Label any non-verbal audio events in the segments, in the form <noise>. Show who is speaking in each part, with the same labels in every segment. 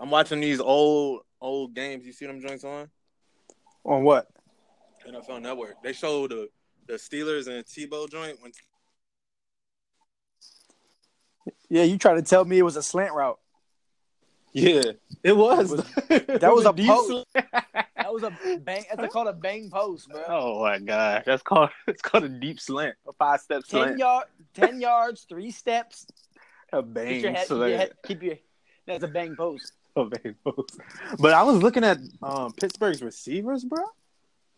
Speaker 1: I'm watching these old old games. You see them joints on
Speaker 2: On what?
Speaker 1: NFL Network. They show the the Steelers and Tebow joint when
Speaker 2: Yeah, you try to tell me it was a slant route.
Speaker 1: Yeah, it was.
Speaker 2: <laughs> That was a
Speaker 1: decent-
Speaker 2: post. That was a bang. That's called a bang post, bro.
Speaker 3: Oh my god, that's called <laughs> it's called a deep slant, a five step
Speaker 2: Ten
Speaker 3: slant,
Speaker 2: yard, ten yards, three steps.
Speaker 3: a
Speaker 2: Keep
Speaker 3: bang
Speaker 2: your head. Keep your,
Speaker 3: slant.
Speaker 2: head, keep your That's a bang post.
Speaker 3: Oh, man, folks. But I was looking at um, Pittsburgh's receivers, bro.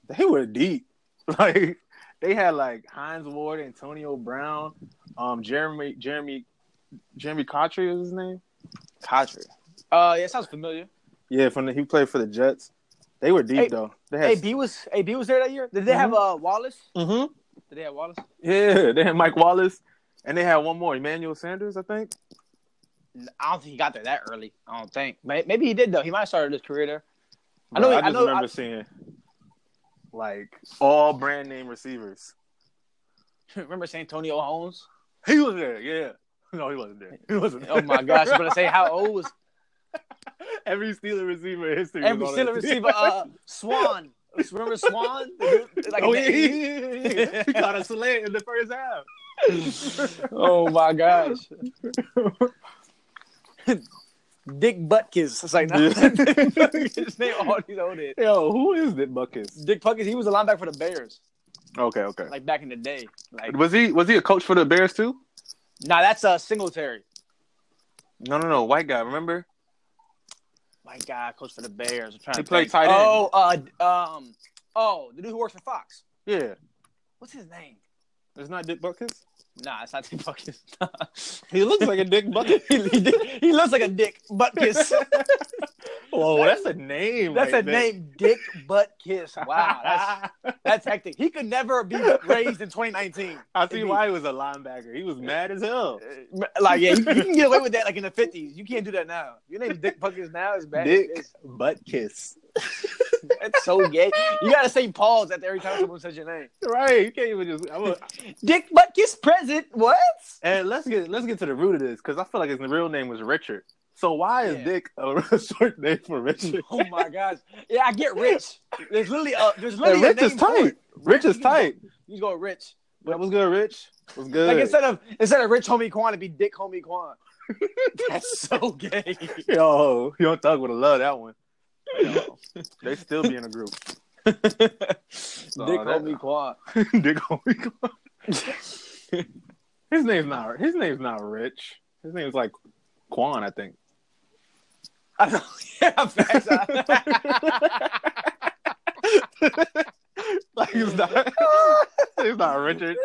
Speaker 3: They were deep. <laughs> Like they had like Heinz Ward, Antonio Brown, um, Jeremy Jeremy Jeremy Cotry was his name. Cotry.
Speaker 2: Uh, yeah, sounds familiar.
Speaker 3: Yeah, from the, he played for the Jets. They were deep
Speaker 2: Hey,
Speaker 3: though. They had,
Speaker 2: AB was AB was there that year. Did they have
Speaker 3: Mm-hmm.
Speaker 2: uh Wallace?
Speaker 3: Mhm.
Speaker 2: Did they have Wallace?
Speaker 3: Yeah, <laughs> they had Mike Wallace, and they had one more, Emmanuel Sanders, I think.
Speaker 2: I don't think he got there that early. I don't think. May- Maybe he did though. He might have started his career there. <laughs> I know-
Speaker 3: Bro, I,
Speaker 2: I
Speaker 3: just
Speaker 2: know-
Speaker 3: remember
Speaker 2: I-
Speaker 3: seeing like all brand name receivers.
Speaker 2: Remember Santonio Holmes?
Speaker 3: He was there, yeah. <laughs> No, he wasn't there. He wasn't.
Speaker 2: Oh my gosh! I'm gonna say how old was
Speaker 3: <laughs> Every Steeler receiver in history.
Speaker 2: every
Speaker 3: was on
Speaker 2: Steeler
Speaker 3: that team.
Speaker 2: receiver? Uh, Swan. Remember
Speaker 3: <laughs>
Speaker 2: Swan? Like
Speaker 3: oh,
Speaker 2: a-
Speaker 3: yeah, yeah, yeah, yeah. he got a slant in the first half.
Speaker 2: oh my gosh. <laughs> Dick Butkus. It's like no.
Speaker 3: Yeah.
Speaker 2: <laughs> his name all these old heads.
Speaker 3: Yo, who is Nick Buckus?
Speaker 2: Dick Butkus. He was a linebacker for the Bears,
Speaker 3: Okay, okay.
Speaker 2: like back in the day. Like
Speaker 3: was he was he a coach for the Bears too?
Speaker 2: nah, that's uh, Singletary.
Speaker 3: No, no, no. White guy, remember?
Speaker 2: My God, coach for the Bears. I'm trying
Speaker 3: He
Speaker 2: to
Speaker 3: played
Speaker 2: think.
Speaker 3: tight end.
Speaker 2: Oh, uh, um, oh, the dude who works for Fox.
Speaker 3: Yeah.
Speaker 2: What's his name?
Speaker 3: It's not Dick Buckus.
Speaker 2: Nah, it's not Dick Butkus. <laughs>
Speaker 3: He looks like a Dick <laughs> Buckus.
Speaker 2: he, he- he looks like a Dick
Speaker 3: <laughs>
Speaker 2: Butkus.
Speaker 3: Whoa, that's a name.
Speaker 2: That's a
Speaker 3: right there.
Speaker 2: name, Dick Butt Kiss. Wow, that's that's hectic. He could never be raised in 2019.
Speaker 3: <laughs> I see why he was a linebacker. He was mad as hell.
Speaker 2: Uh, Like, yeah, you, you can get away with that like in the 50s. You can't do that now. Your name's Dick Buckus now is bad.
Speaker 3: Dick
Speaker 2: It's,
Speaker 3: Buttkiss.
Speaker 2: it's so gay. You gotta say pause after every time someone says your name.
Speaker 3: Right. You can't even just. I'm a,
Speaker 2: Dick Butt Kiss present. What?
Speaker 3: and let's get let's get to the root of this because I feel like his real name was Richard. So why is
Speaker 2: Yeah.
Speaker 3: Dick a <laughs> short name for
Speaker 2: <laughs>
Speaker 3: Richard?
Speaker 2: Oh my gosh. Yeah, I get rich. There's literally a there's
Speaker 3: And
Speaker 2: literally
Speaker 3: Rich
Speaker 2: a
Speaker 3: is
Speaker 2: name for
Speaker 3: tight.
Speaker 2: it.
Speaker 3: Rich is
Speaker 2: You-
Speaker 3: tight.
Speaker 2: You go rich.
Speaker 3: But was good, Rich. Was good.
Speaker 2: Like instead of instead of rich homie Quan, it'd be Dick homie Quan. That's so gay.
Speaker 3: <laughs> yo, Young Thug would have loved
Speaker 2: <laughs>
Speaker 3: that one. Yo, they still be in a group. <laughs>
Speaker 2: Dick
Speaker 3: that-
Speaker 2: homie Quan.
Speaker 3: <laughs> Dick Homico. his name's not. His name's not Rich. His name's like Quan, I think. <laughs>
Speaker 2: I know. <laughs> Yeah, facts.
Speaker 3: Like he's not. <laughs> he's not Richard.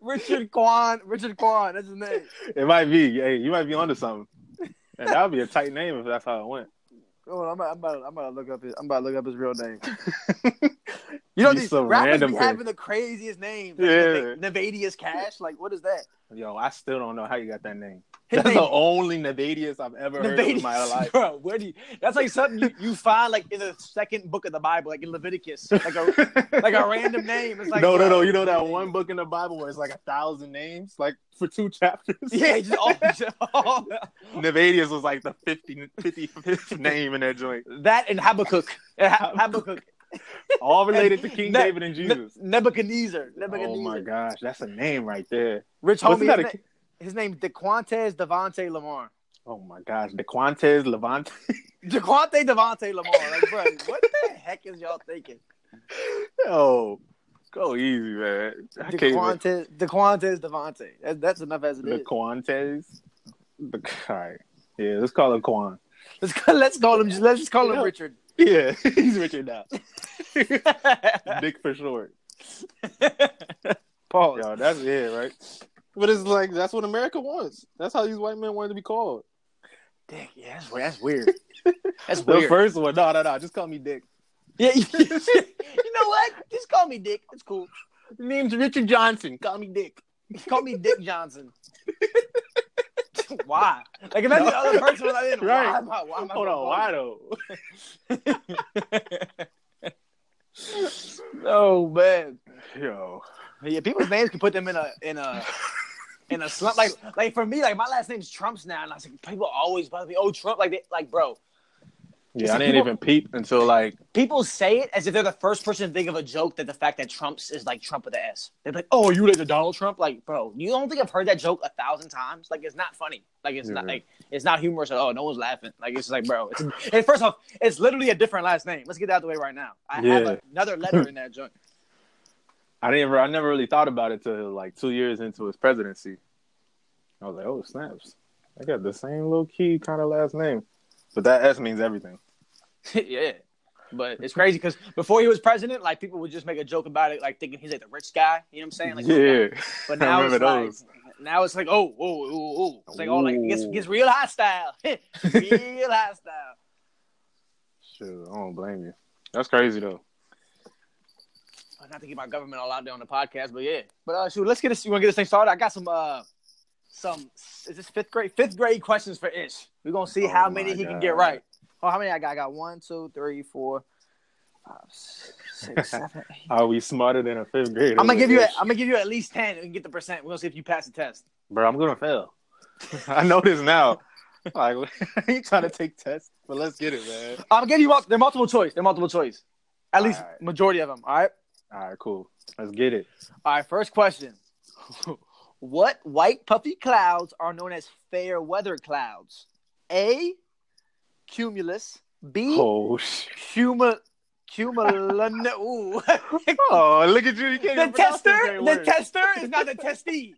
Speaker 2: Richard Quan. Richard Quan. That's his name.
Speaker 3: It might be. Hey, you might be onto something. And that would be a tight name if that's how it went.
Speaker 2: Oh, I'm, about- I'm about, I'm about to look up his. I'm about to look up his real name. You know
Speaker 3: You
Speaker 2: these
Speaker 3: so
Speaker 2: rappers
Speaker 3: random,
Speaker 2: be
Speaker 3: Chris.
Speaker 2: having the craziest names. Like,
Speaker 3: Yeah.
Speaker 2: Nevadius Cash. Like, what is that?
Speaker 3: Yo, I still don't know how you got that name.
Speaker 2: His
Speaker 3: that's
Speaker 2: name
Speaker 3: the only Nevadius I've ever heard in my
Speaker 2: Nevadius,
Speaker 3: <laughs> life.
Speaker 2: Bro, where do you, that's like something you, you find like in the second book of the Bible, like in Leviticus, like a like a random name. It's like
Speaker 3: no, no, no.
Speaker 2: bro.
Speaker 3: You know that one book in the Bible where it's like a thousand names, like for two <laughs> chapters.
Speaker 2: Yeah, just all, just oh, all-
Speaker 3: Nevadius was like the 50, <laughs> 55th name in that joint,
Speaker 2: that and Habakkuk, Uh, Ha- Habakkuk,
Speaker 3: all related to King
Speaker 2: Ne-
Speaker 3: David and
Speaker 2: ne-
Speaker 3: Jesus.
Speaker 2: Nebuchadnezzar, Nebuchadnezzar.
Speaker 3: oh my gosh, that's a name right there.
Speaker 2: Rich
Speaker 3: Wasn't
Speaker 2: homie,
Speaker 3: that
Speaker 2: his,
Speaker 3: a
Speaker 2: na- his name DeQuantes Devontae Lamar.
Speaker 3: Oh my gosh, DeQuantes Levante.
Speaker 2: DeQuante Devontae Lamar. Like, bro, what the heck is y'all thinking?
Speaker 3: Yo, go easy, man. I can't even-
Speaker 2: DeQuantes, DeQuantes Devontae. That, that's enough as it
Speaker 3: The
Speaker 2: is.
Speaker 3: Quantes. The, all right. Yeah, let's call him Quan.
Speaker 2: Let's, call- let's call him. Let's just call him
Speaker 3: Yeah.
Speaker 2: Richard.
Speaker 3: Yeah, <laughs> he's Richard now. Dick for short.
Speaker 2: Paul.
Speaker 3: Yo, that's it, right? But it's like that's what America wants. That's how these white men wanted to be called.
Speaker 2: Dick. Yeah, that's weird. That's weird. That's
Speaker 3: <laughs> The
Speaker 2: weird.
Speaker 3: first one, no, no, no, just call me Dick.
Speaker 2: yeah, <laughs> you know what? Just call me Dick. It's cool.
Speaker 3: name's Richard Johnson. Call me Dick.
Speaker 2: Call me Dick
Speaker 3: <laughs>
Speaker 2: Johnson. why? Like imagine the other person was like,
Speaker 3: Right.
Speaker 2: why am I, why am I
Speaker 3: Hold on, why though?
Speaker 2: No man. Oh,
Speaker 3: Yo,
Speaker 2: Yeah, people's names can put them in a in a in a slump. Like, like for me, like my last name's Trump's now, and I was like, people always bother me. Oh, Trump, like, they, like, bro,
Speaker 3: Yeah, I didn't even peep until like
Speaker 2: people say it as if they're the first person to think of a joke that the fact that Trump's is like Trump with the S. They're like, oh, you like the Donald Trump? Like, bro, you don't think I've heard that joke a thousand times? Like, it's not funny. Like, it's not
Speaker 3: Yeah.
Speaker 2: like it's not humorous at all. No one's laughing. Like, it's just like, bro. It's and first off, it's literally a different last name. Let's get that out of the way right now. I
Speaker 3: Yeah.
Speaker 2: have another letter in that joke.
Speaker 3: I never I never really thought about it till like two years into his presidency. I was like, oh snaps, I got the same low key kind of last name, but that S means everything.
Speaker 2: <laughs> yeah. But it's crazy because before he was president, like people would just make a joke about it, like thinking he's like the rich guy. You know what I'm saying? Like,
Speaker 3: yeah,
Speaker 2: But
Speaker 3: I
Speaker 2: now it's
Speaker 3: remember
Speaker 2: like,
Speaker 3: those.
Speaker 2: now it's like, oh, oh, oh, oh. It's like, oh, like it gets,
Speaker 3: Ooh.
Speaker 2: gets real hostile, <laughs>
Speaker 3: <laughs>
Speaker 2: real hostile.
Speaker 3: Sure, I don't blame you. That's crazy though.
Speaker 2: Not to keep my government all out there on the podcast, but yeah. But uh, shoot, let's get this. You want to get this thing started? I got some, uh, some. Is this fifth grade? Fifth grade questions for Ish. We're gonna see
Speaker 3: Oh
Speaker 2: how many
Speaker 3: my
Speaker 2: he can
Speaker 3: God.
Speaker 2: get right. Oh, how many I got? I got one, two, three, four, five, six,
Speaker 3: <laughs>
Speaker 2: six, seven, eight.
Speaker 3: Are we smarter than a fifth grader?
Speaker 2: I'm gonna give you. A, I'm gonna give you at least ten. We can get the percent. We're gonna see if you pass the test.
Speaker 3: bro. I'm gonna fail. <laughs> I know this now. <laughs> Like, you trying to take tests? But let's get it, man.
Speaker 2: I'm giving you. mul- They're multiple choice. They're multiple choice. At least
Speaker 3: Alright.
Speaker 2: majority of them. All right.
Speaker 3: All right, cool. Let's get it.
Speaker 2: All right. First question. <laughs> what white puffy clouds are known as fair weather clouds? A. Cumulus. B.
Speaker 3: Oh, sh-
Speaker 2: Cumul.
Speaker 3: <laughs>
Speaker 2: Cumulon. <laughs> Ooh.
Speaker 3: oh, look at you. You can't
Speaker 2: the
Speaker 3: even pronounce this
Speaker 2: tester.
Speaker 3: damn
Speaker 2: The
Speaker 3: word.
Speaker 2: tester is not
Speaker 3: <laughs>
Speaker 2: the testee.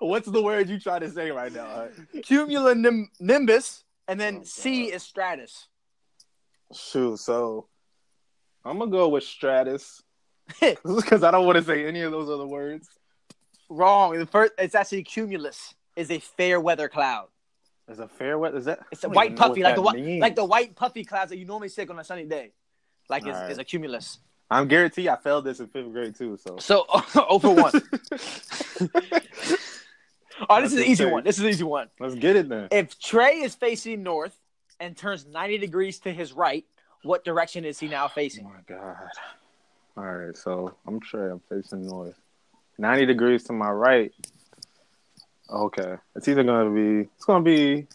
Speaker 3: What's the word you trying to say right now? huh?
Speaker 2: Cumulonimbus. And then
Speaker 3: Oh,
Speaker 2: C
Speaker 3: God.
Speaker 2: is stratus.
Speaker 3: Shoot, so I'm gonna go
Speaker 2: <laughs>
Speaker 3: with Stratus <laughs> because I don't want to say any of those other words.
Speaker 2: Wrong. The first. It's actually cumulus. Is a fair weather cloud.
Speaker 3: Is a fair weather? Is that
Speaker 2: It's a
Speaker 3: I don't
Speaker 2: white
Speaker 3: even know
Speaker 2: puffy,
Speaker 3: what
Speaker 2: like the
Speaker 3: that
Speaker 2: white,
Speaker 3: means.
Speaker 2: like the white puffy clouds that you normally see on a sunny day, like is,
Speaker 3: Alright.
Speaker 2: is a cumulus.
Speaker 3: I'm guaranteed I failed this in fifth grade
Speaker 2: <laughs>
Speaker 3: too. So
Speaker 2: So over one.
Speaker 3: <laughs>
Speaker 2: oh, this
Speaker 3: That's
Speaker 2: is an easy
Speaker 3: insane.
Speaker 2: one. This is an easy one.
Speaker 3: let's get it then.
Speaker 2: If Trey is facing north and turns ninety degrees to his right, what direction is he now
Speaker 3: Oh
Speaker 2: facing?
Speaker 3: my god! All right, so I'm sure I'm facing north. 90 degrees to my right. Okay, it's either gonna be it's gonna be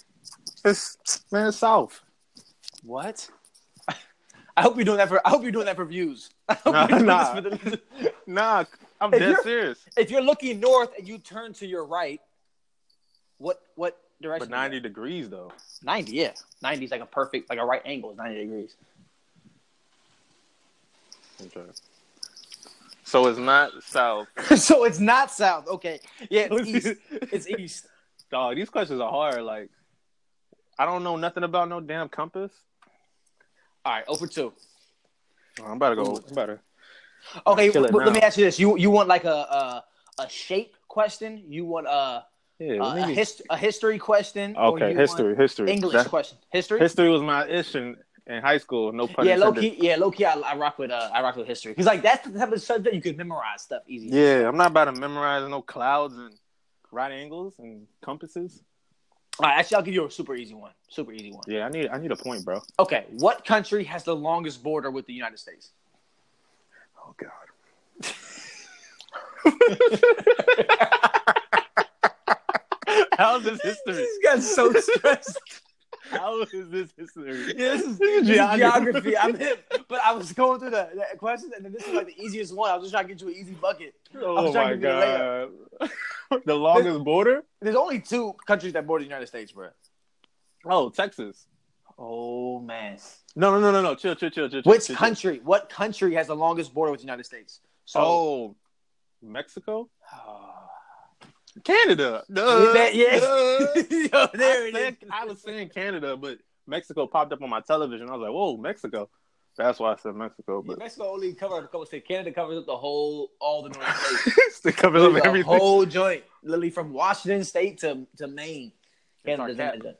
Speaker 3: it's man it's south.
Speaker 2: What? <laughs> I hope you're doing that for. I hope you're doing that for views. <laughs> I hope
Speaker 3: Nah,
Speaker 2: you're doing this
Speaker 3: nah.
Speaker 2: for the,
Speaker 3: Nah, I'm
Speaker 2: If
Speaker 3: dead
Speaker 2: you're-
Speaker 3: serious.
Speaker 2: if you're looking north and you turn to your right, what what direction?
Speaker 3: But 90 degrees though.
Speaker 2: 90, yeah. 90 is like a perfect, like a right angle is 90 <laughs> degrees.
Speaker 3: Okay. So it's not <laughs> south.
Speaker 2: so it's not south. Okay. Yeah, it's east. <laughs> It's east.
Speaker 3: Dog, these questions are hard. Like, I don't know nothing about no damn compass.
Speaker 2: All right, over two.
Speaker 3: Oh, I'm about to go. I'm about to.
Speaker 2: Okay,
Speaker 3: Kill it
Speaker 2: w- let
Speaker 3: now.
Speaker 2: me ask you this. You you want like a a, a shape question? You want a
Speaker 3: Yeah,
Speaker 2: a,
Speaker 3: let me
Speaker 2: a, Uh,
Speaker 3: get-
Speaker 2: his, a history question? or
Speaker 3: okay,
Speaker 2: you
Speaker 3: history,
Speaker 2: want
Speaker 3: history,
Speaker 2: English
Speaker 3: That-
Speaker 2: question. History?
Speaker 3: history was my ish in, in high school. No pun
Speaker 2: yeah, low
Speaker 3: intended.
Speaker 2: key. Yeah, low key. I, I rock with uh, I rock with history because like that's the type of subject you could memorize stuff easy.
Speaker 3: Yeah, I'm not about to memorize no clouds and right angles and compasses.
Speaker 2: All right, actually, I'll give you a super easy one. Super easy one.
Speaker 3: Yeah, I need I need a point, bro.
Speaker 2: Okay, what country has the longest border with the United States?
Speaker 3: Oh God. <laughs> How is this history?
Speaker 2: This guy's <laughs> so stressed.
Speaker 3: How is this history?
Speaker 2: <laughs> Yeah, this is, this is
Speaker 3: Geography.
Speaker 2: geography. I'm hip, but I was going through the, the questions, and then this is like the easiest one. I was just trying to get you an easy bucket.
Speaker 3: Oh
Speaker 2: trying
Speaker 3: my
Speaker 2: to get a
Speaker 3: god. <laughs> the longest border?
Speaker 2: There's only two countries that border the United States, bro.
Speaker 3: Oh, Texas.
Speaker 2: Oh man,
Speaker 3: No, no, no, no, no. Chill, chill, chill, chill. chill,
Speaker 2: which
Speaker 3: chill, chill.
Speaker 2: country? What country has the longest border with the United States? So,
Speaker 3: Oh, Mexico, Canada.
Speaker 2: Yeah,
Speaker 3: Duh.
Speaker 2: that- yeah.
Speaker 3: Duh.
Speaker 2: <laughs> Yo, there
Speaker 3: I,
Speaker 2: it
Speaker 3: said-
Speaker 2: is.
Speaker 3: I was saying Canada, but Mexico popped up on my television. I was like, "Whoa, Mexico!" That's why I said
Speaker 2: Yeah,
Speaker 3: Mexico. But
Speaker 2: Mexico only covered a couple states. Canada covers up the whole, all the
Speaker 3: <laughs>
Speaker 2: northern states.
Speaker 3: they covered up
Speaker 2: The
Speaker 3: everything.
Speaker 2: whole joint, literally from Washington State to, to Maine.
Speaker 3: It's
Speaker 2: Canada's
Speaker 3: our
Speaker 2: in it.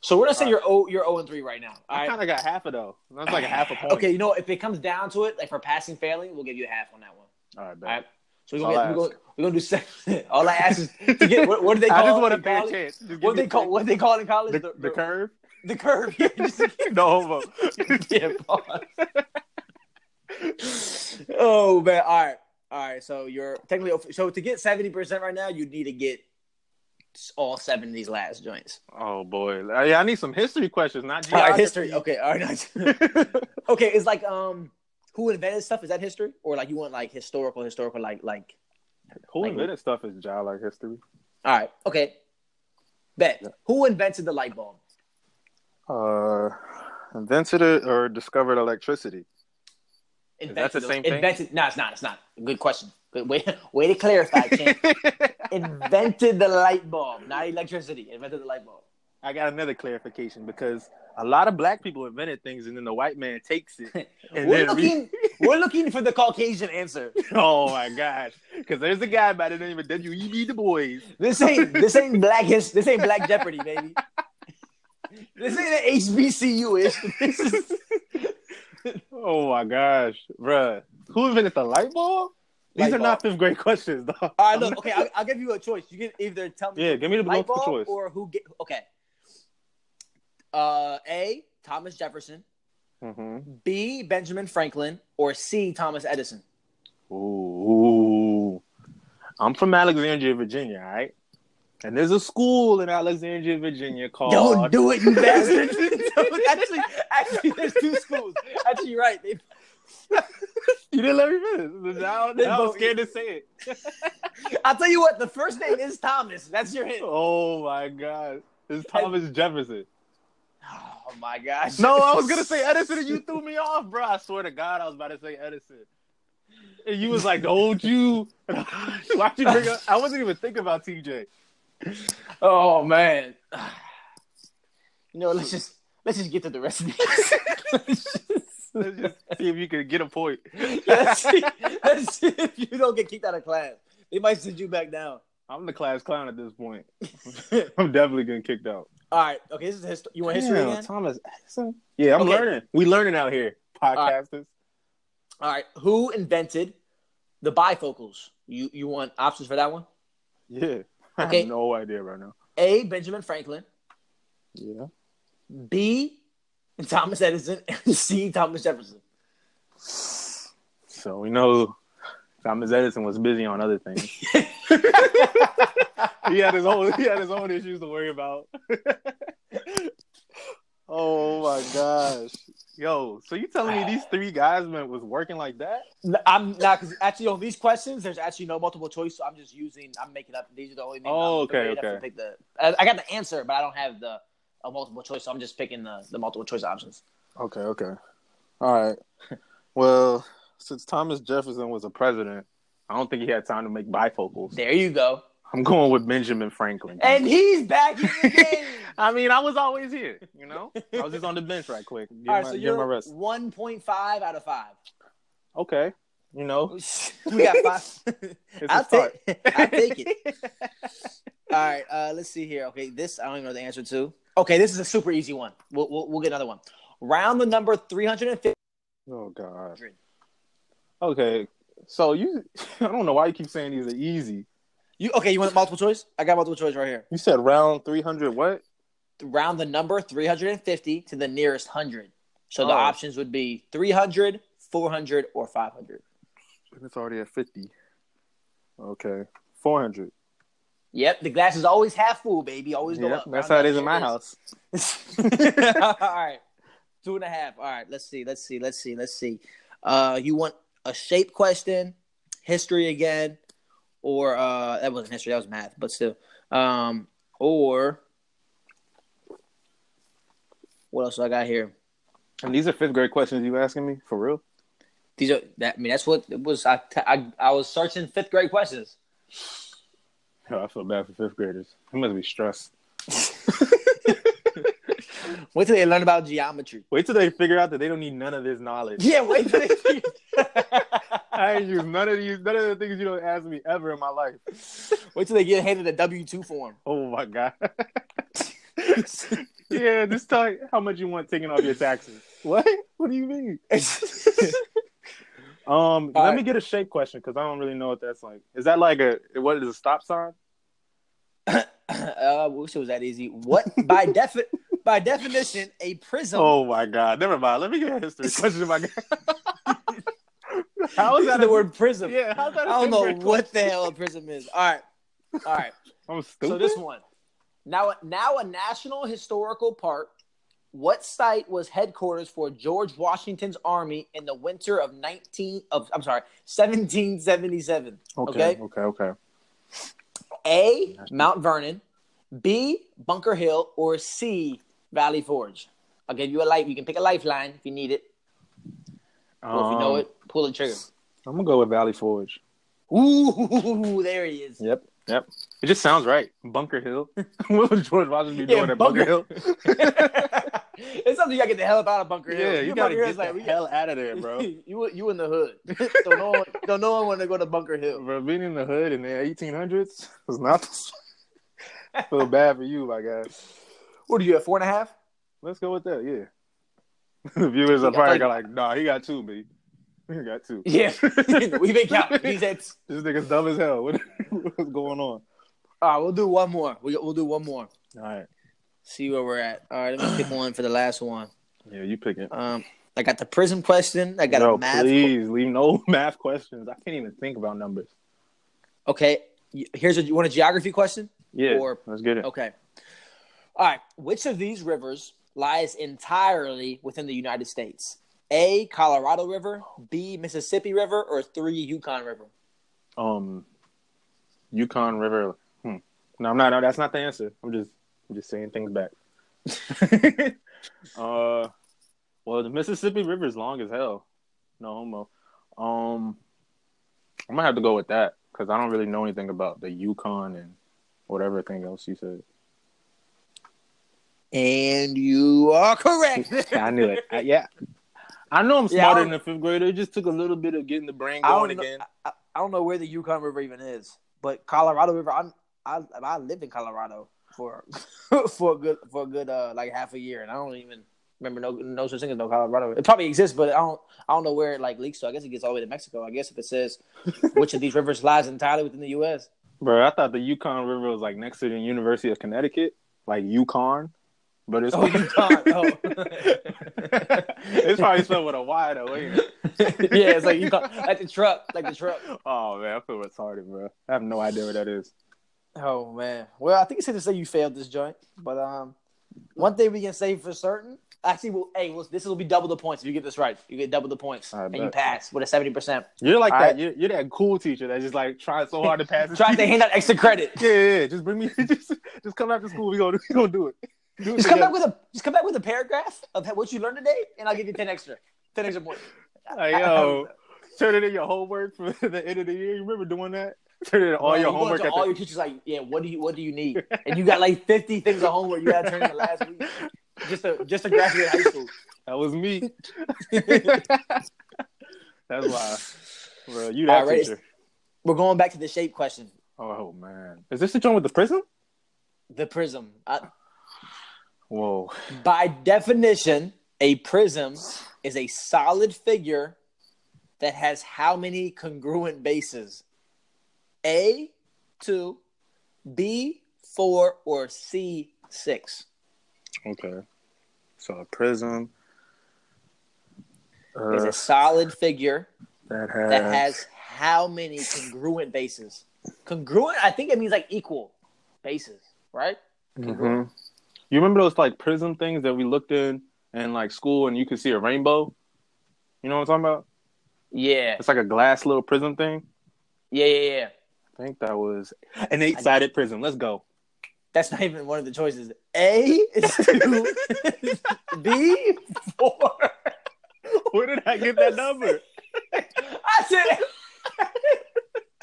Speaker 2: So we're gonna say
Speaker 3: All
Speaker 2: you're o you're zero and three right now. All
Speaker 3: I
Speaker 2: right.
Speaker 3: kind of got half of though. That's like a half a point.
Speaker 2: Okay, you know what? if it comes down to it, like for passing failing, we'll give you a half on that one.
Speaker 3: All right,
Speaker 2: All right.
Speaker 3: bet.
Speaker 2: So we're
Speaker 3: All
Speaker 2: gonna,
Speaker 3: I
Speaker 2: get, we're, gonna, we're gonna do seven. <laughs> all I ask is to get what,
Speaker 3: <laughs>
Speaker 2: what do they call
Speaker 3: I just
Speaker 2: it
Speaker 3: want a
Speaker 2: in
Speaker 3: fair
Speaker 2: college?
Speaker 3: chance. Just give
Speaker 2: What do
Speaker 3: me
Speaker 2: they
Speaker 3: a
Speaker 2: call
Speaker 3: fair-
Speaker 2: what do they call it in college?
Speaker 3: the, the, curve? <laughs>
Speaker 2: the curve. <laughs> Yeah, just-
Speaker 3: no homo. <laughs>
Speaker 2: yeah, pause. oh man! All right, all All right, so you're technically so to get seventy percent right now, you need to get all seven of these last joints.
Speaker 3: Oh boy, I, I need some history questions, not
Speaker 2: All
Speaker 3: geography.
Speaker 2: right,
Speaker 3: <laughs>
Speaker 2: history. Okay, all right, nice. <laughs> okay, it's like um, who invented stuff? Is that history, or like you want like historical, historical, like like?
Speaker 3: Who
Speaker 2: Like-
Speaker 3: invented stuff is job like history?
Speaker 2: All right, okay. Bet
Speaker 3: Yeah.
Speaker 2: who invented the light bulb?
Speaker 3: Uh, invented it or discovered electricity? <laughs> that
Speaker 2: Invented
Speaker 3: the same thing?
Speaker 2: Invented? No, it's not. It's not. Good question. Good way, way to clarify.
Speaker 3: <laughs>
Speaker 2: Chan. invented the light bulb, not electricity. Invented the light bulb.
Speaker 3: I got another clarification because a lot of black people invented things and then the white man
Speaker 2: <laughs>
Speaker 3: takes it. And
Speaker 2: we're
Speaker 3: then re-
Speaker 2: looking. we're looking for the Caucasian answer.
Speaker 3: <laughs> oh my gosh, because there's a guy by the name of W.E.B. Du Bois.
Speaker 2: This ain't this ain't black his this ain't black Jeopardy, baby. This ain't an HBCU ish. This is
Speaker 3: Oh my gosh, bruh, who invented the light bulb? These
Speaker 2: Light
Speaker 3: are
Speaker 2: bulb.
Speaker 3: not fifth grade questions, dog.
Speaker 2: all right. Look, okay, I'll, I'll give you a choice. You can either tell me
Speaker 3: <laughs> Yeah, give me the
Speaker 2: light
Speaker 3: multiple
Speaker 2: bulb
Speaker 3: choice.
Speaker 2: or who get okay. Uh, a Thomas Jefferson,
Speaker 3: Mhm.
Speaker 2: B Benjamin Franklin, or C Thomas Edison.
Speaker 3: Ooh. I'm from Alexandria, Virginia, all right? And there's a school in Alexandria, Virginia called.
Speaker 2: Don't do it, <laughs> you bastard! Don't- <laughs> actually, actually, there's two schools. Actually, you're right. They,
Speaker 3: You didn't let me finish. Now,
Speaker 2: They
Speaker 3: now I'm
Speaker 2: both-
Speaker 3: scared to say it.
Speaker 2: I'll tell you what. The first name is Thomas. That's your hint.
Speaker 3: Oh my God. It's
Speaker 2: I-
Speaker 3: Thomas Jefferson.
Speaker 2: Oh my gosh!
Speaker 3: No, I was going to say Edison and you threw me off, bro. I swear to God, I was about to say Edison. And you was like, don't you. Why'd you bring up? I wasn't even thinking about TJ.
Speaker 2: Oh man. You know, let's just let's just get to the rest of these. <laughs> let's, just,
Speaker 3: Let's just see if you could get a point.
Speaker 2: yeah, let's see, let's see if you don't get kicked out of class. They might send you back <laughs> down.
Speaker 3: I'm the class clown at this point. I'm definitely getting kicked out.
Speaker 2: All right. Okay, this is hist- you want history
Speaker 3: Damn,
Speaker 2: again?
Speaker 3: Thomas Edison. Yeah, I'm
Speaker 2: Okay.
Speaker 3: learning. We learning out here, podcasters.
Speaker 2: All right. Who invented the bifocals? You you want options for that one?
Speaker 3: Yeah, I
Speaker 2: Okay.
Speaker 3: have no idea right now.
Speaker 2: A. Benjamin Franklin.
Speaker 3: Yeah,
Speaker 2: B. Thomas Edison. And C. Thomas
Speaker 3: <laughs>
Speaker 2: Jefferson.
Speaker 3: so we know Thomas Edison was busy on other things. <laughs> he had his own. He had his own issues to worry about. <laughs> oh my gosh, yo! So you telling
Speaker 2: <sighs>
Speaker 3: me these three guys man was working like that?
Speaker 2: I'm not because actually on these questions, there's actually no multiple choice, so I'm just using. I'm making up. These are the only. Names
Speaker 3: Oh,
Speaker 2: I'm- the
Speaker 3: okay,
Speaker 2: rate I have to
Speaker 3: okay.
Speaker 2: Pick the, I, I got the answer, but I don't have the a multiple choice, so I'm just picking the, the multiple choice options.
Speaker 3: Okay, okay. All right. Well, since Thomas Jefferson was a president, I don't think he had time to make bifocals.
Speaker 2: There you go.
Speaker 3: I'm going with Benjamin Franklin.
Speaker 2: And he's back in the
Speaker 3: <laughs>
Speaker 2: game.
Speaker 3: I mean, I was always here, you know? <laughs> I was just on the bench right quick. Give
Speaker 2: All right,
Speaker 3: my,
Speaker 2: so
Speaker 3: give
Speaker 2: you're
Speaker 3: my rest.
Speaker 2: 1.5 out of five. <laughs>
Speaker 3: Okay. You know,
Speaker 2: We got five.
Speaker 3: <laughs> it's a
Speaker 2: I'll
Speaker 3: start.
Speaker 2: take. I'll take it. <laughs> All right, uh, let's see here. Okay, this I don't even know the answer to. Okay, this is a super easy one. We'll we'll, we'll get another one. Round the number 350.
Speaker 3: Oh, God. Okay. So you, <laughs> I don't know why you keep saying these are easy.
Speaker 2: You okay? You want multiple choice? I got multiple choice right here.
Speaker 3: You said round 300, what?
Speaker 2: Round the number 350 to the nearest hundred. So the
Speaker 3: Oh.
Speaker 2: options would be 300, 400, or 500.
Speaker 3: It's already at 50. Okay. 400.
Speaker 2: Yep, the glass is always half full, baby. Always go
Speaker 3: Yeah,
Speaker 2: up.
Speaker 3: that's
Speaker 2: Round up,
Speaker 3: how it is in my
Speaker 2: always.
Speaker 3: house.
Speaker 2: <laughs> All right, two and a half. All right, let's see, let's see, let's see, let's see. Uh, you want a shape question, history again, or uh, that wasn't history, that was math, but still. Um, or what else do I got here?
Speaker 3: And these are fifth grade questions you asking me for real?
Speaker 2: These are that. I mean, that's what it was. I I, I was searching fifth grade <laughs> questions.
Speaker 3: I feel bad for fifth graders. They must be stressed.
Speaker 2: Wait till they learn about geometry.
Speaker 3: Wait till they figure out that they don't need none of this knowledge.
Speaker 2: Yeah, wait till <laughs> they.
Speaker 3: I ain't used none of these, none of the things you don't ask me ever in my life.
Speaker 2: wait till they get handed a W two form.
Speaker 3: Oh my god. <laughs> yeah, just tell you how much you want taken off your taxes. What? What do you mean? Um, let
Speaker 2: right.
Speaker 3: me get a shape question because I don't really know what that's like. Is that like a what is a stop sign?
Speaker 2: uh, wish it was that easy. What by defi- by definition, a prism. <laughs>
Speaker 3: Oh my god, never mind. Let me get a history question. My god. <laughs> How is that
Speaker 2: the
Speaker 3: a-
Speaker 2: word prism?
Speaker 3: <laughs> Yeah, how's
Speaker 2: I
Speaker 3: that? a
Speaker 2: don't know
Speaker 3: different
Speaker 2: what the hell a prism is. All right, all right.
Speaker 3: question? I'm stupid.
Speaker 2: So this one. Now, now a national historical park. What site was headquarters for George Washington's army in the winter of nineteen of I'm sorry, seventeen seventy seven?
Speaker 3: okay, okay, okay.
Speaker 2: A. Mount Vernon, B. Bunker Hill, or C. Valley Forge. I'll give you a life. You can pick a lifeline if you need it, or if you know
Speaker 3: Um,
Speaker 2: it, pull the trigger.
Speaker 3: I'm gonna go with Valley Forge. <laughs>
Speaker 2: Ooh, there he is.
Speaker 3: Yep, yep. It just sounds right. Bunker Hill. <laughs> what would George Washington be
Speaker 2: Yeah,
Speaker 3: doing at Bunker,
Speaker 2: Bunker-
Speaker 3: Hill?
Speaker 2: <laughs> it's something you gotta get the hell up out of Bunker Hill.
Speaker 3: Yeah, you
Speaker 2: Bunker
Speaker 3: gotta
Speaker 2: Hill is
Speaker 3: get the hell out of there, bro.
Speaker 2: <laughs> you you in the hood. <laughs> so no one, no, no one want to go to Bunker Hill.
Speaker 3: bro, being in the hood in the 1800s is not. The... I feel bad for you, my guy.
Speaker 2: What are you at four and a half?
Speaker 3: Let's go with that. Yeah. <laughs> the viewers are
Speaker 2: Yeah,
Speaker 3: probably
Speaker 2: like-
Speaker 3: gonna like, nah, he got two, B. He got two.
Speaker 2: Yeah, <laughs> we've been
Speaker 3: <laughs>
Speaker 2: counting. He's at.
Speaker 3: This nigga's dumb as hell. <laughs> What, what's going on? All
Speaker 2: All right, we'll do one more. We, we'll do one more.
Speaker 3: right.
Speaker 2: See where we're at. All right, let
Speaker 3: <sighs>
Speaker 2: me pick one for the last one.
Speaker 3: Yeah, you pick it.
Speaker 2: Um, I got the prism question. I got
Speaker 3: Yo,
Speaker 2: a math.
Speaker 3: please leave no <laughs> math questions. I can't even think about numbers.
Speaker 2: Okay, y- here's a you want a geography question?
Speaker 3: Yeah,
Speaker 2: Or-
Speaker 3: let's get it.
Speaker 2: Okay. All right. Which of these rivers lies entirely within the United States? A. Colorado River, B. Mississippi River, or three Yukon River.
Speaker 3: Um, Yukon River. Hmm. No, I'm not. No, that's not the answer. I'm just, I'm just saying things back. uh, well, the Mississippi River is long as hell. No homo. Um, I'm gonna have to go with that because I don't really know anything about the Yukon and whatever thing else you said.
Speaker 2: And you are correct.
Speaker 3: I knew it. I- yeah, I know I'm
Speaker 2: Yeah, I
Speaker 3: smarter
Speaker 2: don't-
Speaker 3: than a fifth grader. It just took a little bit of getting the brain
Speaker 2: I
Speaker 3: going
Speaker 2: don't know-
Speaker 3: again.
Speaker 2: I, I don't know where the Yukon River even is, but Colorado River. I'm, I I lived in Colorado for <laughs> for a good for a good uh, like half a year, and I don't even remember no no such thing as no Colorado. River. It probably exists, but I don't I don't know where it like leaks to. I guess it gets all the way to Mexico. I guess if it says which of these rivers lies entirely within the U.S.
Speaker 3: Bro, I thought the Yukon River was like next to the University of Connecticut, like Yukon, but it's <laughs>
Speaker 2: Oh, Yukon. Oh.
Speaker 3: it's probably spelled with a Y though. Ain't it?
Speaker 2: <laughs> yeah, it's like Yukon, like the truck, like the truck.
Speaker 3: Oh man, I feel retarded, bro. I have no idea what that is.
Speaker 2: Oh man. Well, I think it's safe to say you failed this joint, but um, one thing we can say for certain, actually, well, hey, well, this will be double the points if you get this right. You get double the points,
Speaker 3: I
Speaker 2: and
Speaker 3: bet.
Speaker 2: you pass with a seventy
Speaker 3: <laughs>
Speaker 2: percent.
Speaker 3: You're like
Speaker 2: All
Speaker 3: that.
Speaker 2: right.
Speaker 3: You're, you're that cool teacher that's just like trying so hard to pass. his
Speaker 2: Try to
Speaker 3: students.
Speaker 2: hand out extra credit.
Speaker 3: <laughs> Yeah, yeah, yeah. Just bring me. <laughs> Just, just come after school. We gonna we gonna do it. Do it
Speaker 2: Just come
Speaker 3: together.
Speaker 2: back with a just come back with a paragraph of what you learned today, and I'll give you ten extra, ten extra points.
Speaker 3: Like, yo, turn it in your homework for <laughs> the end of the year. You remember doing that? Turn in all
Speaker 2: Bro,
Speaker 3: your
Speaker 2: you go
Speaker 3: homework
Speaker 2: to
Speaker 3: at
Speaker 2: all
Speaker 3: the
Speaker 2: your teachers like, yeah, what do you what do you need? And you got like fifty things of homework you got to turn in the last week just to just to graduate high school.
Speaker 3: That
Speaker 2: <laughs>
Speaker 3: was me. <laughs> That's why, bro. You that
Speaker 2: All right.
Speaker 3: teacher.
Speaker 2: We're going back to the shape question,
Speaker 3: Oh man, is this the joint with the prism?
Speaker 2: the prism. I,
Speaker 3: Whoa.
Speaker 2: By definition, a prism is a solid figure that has how many congruent bases? A, two, B, four, or C, six.
Speaker 3: Okay. So a prism. Uh,
Speaker 2: Is a solid figure
Speaker 3: that has,
Speaker 2: that has how many congruent bases? Congruent, I think it means like equal bases, right?
Speaker 3: Mhm. You remember those like prism things that we looked in in like school, and you could see a rainbow. You know what I'm talking about?
Speaker 2: Yeah,
Speaker 3: It's like a glass little prism thing.
Speaker 2: yeah, yeah, yeah.
Speaker 3: I think that was an eight-sided prism. Let's go. <laughs>
Speaker 2: That's not even one of the choices. A is two, <laughs> B, four.
Speaker 3: Where did I
Speaker 2: <laughs>
Speaker 3: get that number?
Speaker 2: I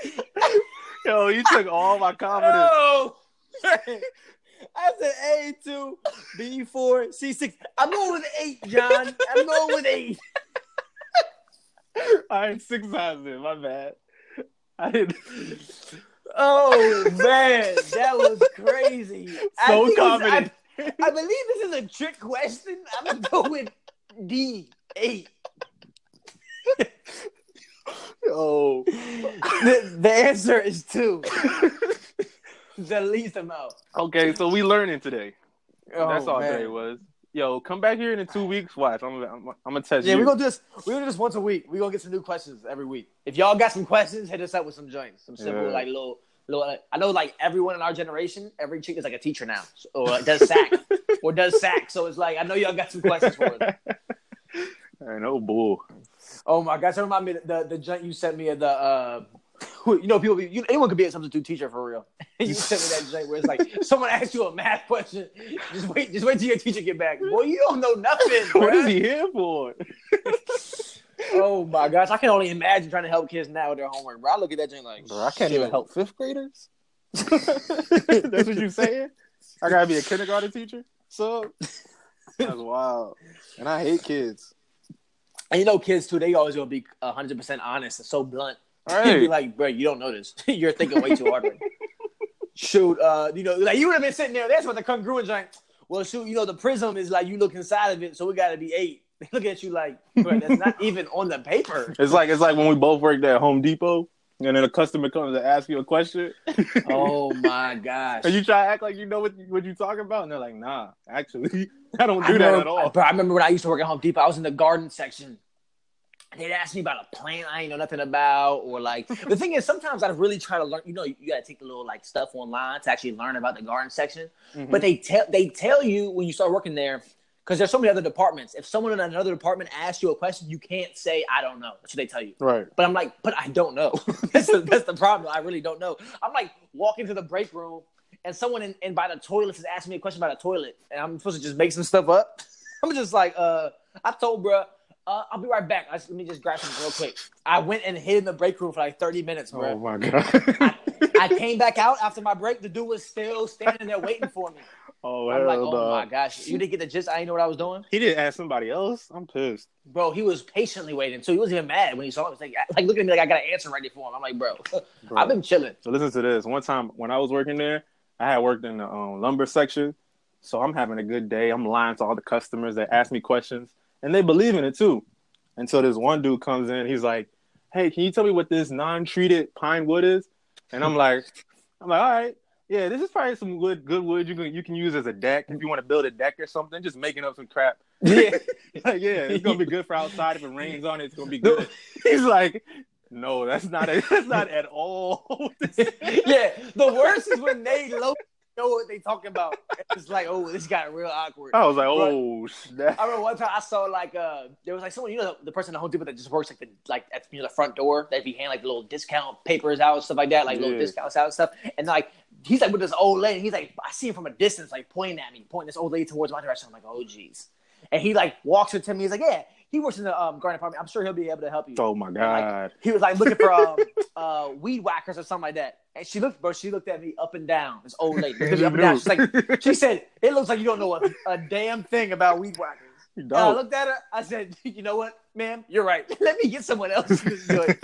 Speaker 2: said,
Speaker 3: Yo, you took all my confidence.
Speaker 2: no. <laughs> I said A two, B four, C six. I'm going with eight, John. I'm going with eight.
Speaker 3: I'm six times in. My bad. I didn't.
Speaker 2: Oh man, that was crazy. I
Speaker 3: So
Speaker 2: think it's-
Speaker 3: confident.
Speaker 2: I, I believe this is a trick question. I'm gonna go with D eight.
Speaker 3: <laughs> Yo,
Speaker 2: The, the answer is two. <laughs> the least amount. Oh,
Speaker 3: okay, so we learning today. That's all
Speaker 2: man.
Speaker 3: today was. yo, come back here in two weeks, watch. I'm, I'm, I'm gonna test
Speaker 2: Yeah,
Speaker 3: you.
Speaker 2: we're gonna do this. We're gonna do this once a week. We're gonna get some new questions every week. If y'all got some questions, hit us up with some joints, some simple
Speaker 3: Yeah.
Speaker 2: like little, little. like- I know like everyone in our generation, every chick is like a teacher now, so- or like, does <laughs> sack, or does sack. So it's like I know y'all got some questions
Speaker 3: <laughs>
Speaker 2: for us.
Speaker 3: Hey, no bull.
Speaker 2: <laughs> Oh my gosh, that remind me of the the joint you sent me of the. Uh, <laughs> you know, people. You, anyone could be a substitute teacher for real. <laughs> you sent me that joint where it's like someone asks you a math question. Just wait. Just wait till your teacher get back. Boy, you don't know <laughs> nothing.
Speaker 3: What is
Speaker 2: bruh.
Speaker 3: he here for?
Speaker 2: Oh my gosh, I can only imagine trying to help kids now with their homework, bro. I look at that thing like,
Speaker 3: Bro, I can't
Speaker 2: shit.
Speaker 3: even help fifth graders. <laughs> That's what you saying? I gotta be a kindergarten teacher. So that's wild. And I hate kids.
Speaker 2: <laughs> And you know, kids too, they always gonna be hundred percent honest and so blunt.
Speaker 3: All <laughs>
Speaker 2: You'd be
Speaker 3: right.
Speaker 2: like, bro, you don't know this. <laughs> You're thinking way too hard. Right now." shoot, uh, you know, like you would have been sitting there. That's what the congruent joint. Well, shoot, you know, the prism is like you look inside of it, so we gotta be eight. <laughs> They look at you like, bro, that's
Speaker 3: <laughs>
Speaker 2: not even on the paper.
Speaker 3: It's like it's like when we both worked at Home Depot and then a customer comes to ask you a question.
Speaker 2: Oh my gosh.
Speaker 3: And you try to act like you know what what you talking about, and they're like, "Nah, actually, <laughs> I don't
Speaker 2: I
Speaker 3: do that
Speaker 2: remember-
Speaker 3: at all."
Speaker 2: Bro, I remember when I used to work at Home Depot, I was in the garden section. And They'd ask me about a plant I ain't know nothing about, or
Speaker 3: <laughs>
Speaker 2: like the thing is, sometimes I really try to learn. You know, you gotta take the little like stuff online to actually learn about the garden section.
Speaker 3: Mm-hmm.
Speaker 2: But they tell they tell you when you start working there, because there's so many other departments. If someone in another department asks you a question, you can't say I don't know. That's what they tell you.
Speaker 3: right,
Speaker 2: But I'm like, but I don't know. <laughs> that's, the, that's the problem. I really don't know. I'm like walking to the break room and someone in, in by the toilets is asking me a question about a toilet and I'm supposed to just make some stuff up. <laughs> I'm just like, uh, I told bruh, uh, I'll be right back. I just, let me just grab something real quick. I went and hid in the break room for like 30 minutes,
Speaker 3: oh
Speaker 2: bruh.
Speaker 3: my god, <laughs>
Speaker 2: I came back out after my break. The dude was still standing there waiting for me.
Speaker 3: oh
Speaker 2: I'm
Speaker 3: hell
Speaker 2: like, oh
Speaker 3: no.
Speaker 2: my gosh, you didn't get the gist. I didn't know what I was doing.
Speaker 3: He didn't ask somebody else. I'm pissed.
Speaker 2: Bro, he was patiently waiting. So he wasn't even mad when he saw me. He was Like, like looking at me like I got an answer ready for him. I'm like, bro, <laughs>
Speaker 3: Bro.
Speaker 2: I've been chilling.
Speaker 3: So listen to this. One time when I was working there, I had worked in the um, lumber section. So I'm having a good day. I'm lying to all the customers that ask me questions, and they believe in it too. And so this one dude comes in. He's like, "Hey, can you tell me what this non-treated pine wood is?" And I'm like, "I'm like, all right, yeah, this is probably some wood, good wood you can you can use as a deck if you want to build a deck or something. Just making up some crap. <laughs>
Speaker 2: Yeah.
Speaker 3: like, yeah, it's gonna be good for outside. If it rains on it, it's gonna be good." He's like, "No, that's not it. That's not at all."
Speaker 2: <laughs> yeah, the worst is when they low know what they talking about. It's like, oh, this got real awkward.
Speaker 3: I was like,
Speaker 2: Right.
Speaker 3: oh, snap.
Speaker 2: I remember one time I saw like uh there was like someone you know the person at Home Depot that just works like the like at you know the front door that be hand like the little discount papers out and stuff like that like little
Speaker 3: Yeah.
Speaker 2: discounts out and stuff and like he's like with this old lady he's like I see him from a distance like pointing at me pointing this old lady towards my direction I'm like oh jeez and he like walks her to me he's like yeah he works in the um, garden department I'm sure he'll be able to help you
Speaker 3: <laughs> Oh my god.
Speaker 2: he was like looking for
Speaker 3: <laughs>
Speaker 2: um, uh, weed whackers or something like that. And she looked, bro. She looked at me up and down. This old
Speaker 3: <laughs>
Speaker 2: lady, looked at me up and down. She's like, she said, "It looks like you don't know a, a damn thing about weed whackers."
Speaker 3: You
Speaker 2: And I
Speaker 3: dog.
Speaker 2: looked at her. I said, "You know what, ma'am? You're right. <laughs> Let me get someone else to do
Speaker 3: <laughs>
Speaker 2: it."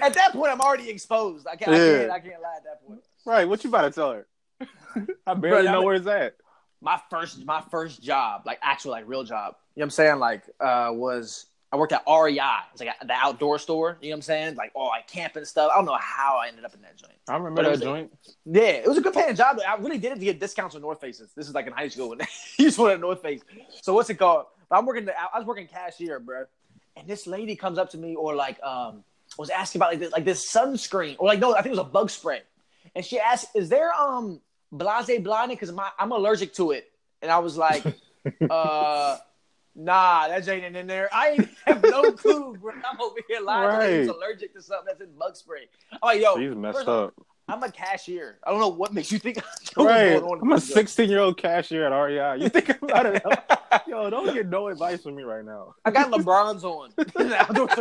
Speaker 2: at that point, I'm already exposed. I can't, I,
Speaker 3: Yeah.
Speaker 2: can't I can't lie at that point.
Speaker 3: right, what you about to tell her? <laughs> I barely
Speaker 2: Bro,
Speaker 3: know
Speaker 2: I'm-
Speaker 3: where it's at.
Speaker 2: my first my first job, like actual like real job. You know what I'm saying? Like uh was I worked at REI. It's like the outdoor store, you know what I'm saying? Like all like camping stuff. I don't know how I ended up in that joint.
Speaker 3: I
Speaker 2: But
Speaker 3: remember
Speaker 2: it was
Speaker 3: that
Speaker 2: a-
Speaker 3: joint.
Speaker 2: Yeah, it was a good paying job. I really did it to get discounts on North Faces. This is like in high school when <laughs> you just wanted a North Face. So what's it called? But I'm working. The, I was working cashier, bro. And this lady comes up to me, or like, um, was asking about like this, like this sunscreen, or like no, I think it was a bug spray. And she asked, "Is there um blase blinding? Because my I'm allergic to it." And I was
Speaker 3: <laughs>
Speaker 2: like, "Uh, nah, that ain't in there. I ain't have
Speaker 3: <laughs>
Speaker 2: no clue, bro. I'm over here lying. Right.
Speaker 3: Right.
Speaker 2: was allergic to something that's in bug spray. I'm like, yo,
Speaker 3: She's
Speaker 2: Oh,
Speaker 3: messed
Speaker 2: first of all,
Speaker 3: up.
Speaker 2: I'm a cashier. I don't know what makes you think I know what's
Speaker 3: Right.
Speaker 2: going on.
Speaker 3: I'm a 16 year old cashier at REI. You think
Speaker 2: <laughs>
Speaker 3: I'm out of Yo, don't get no advice from me right now. <laughs>
Speaker 2: I got LeBron's on. <laughs>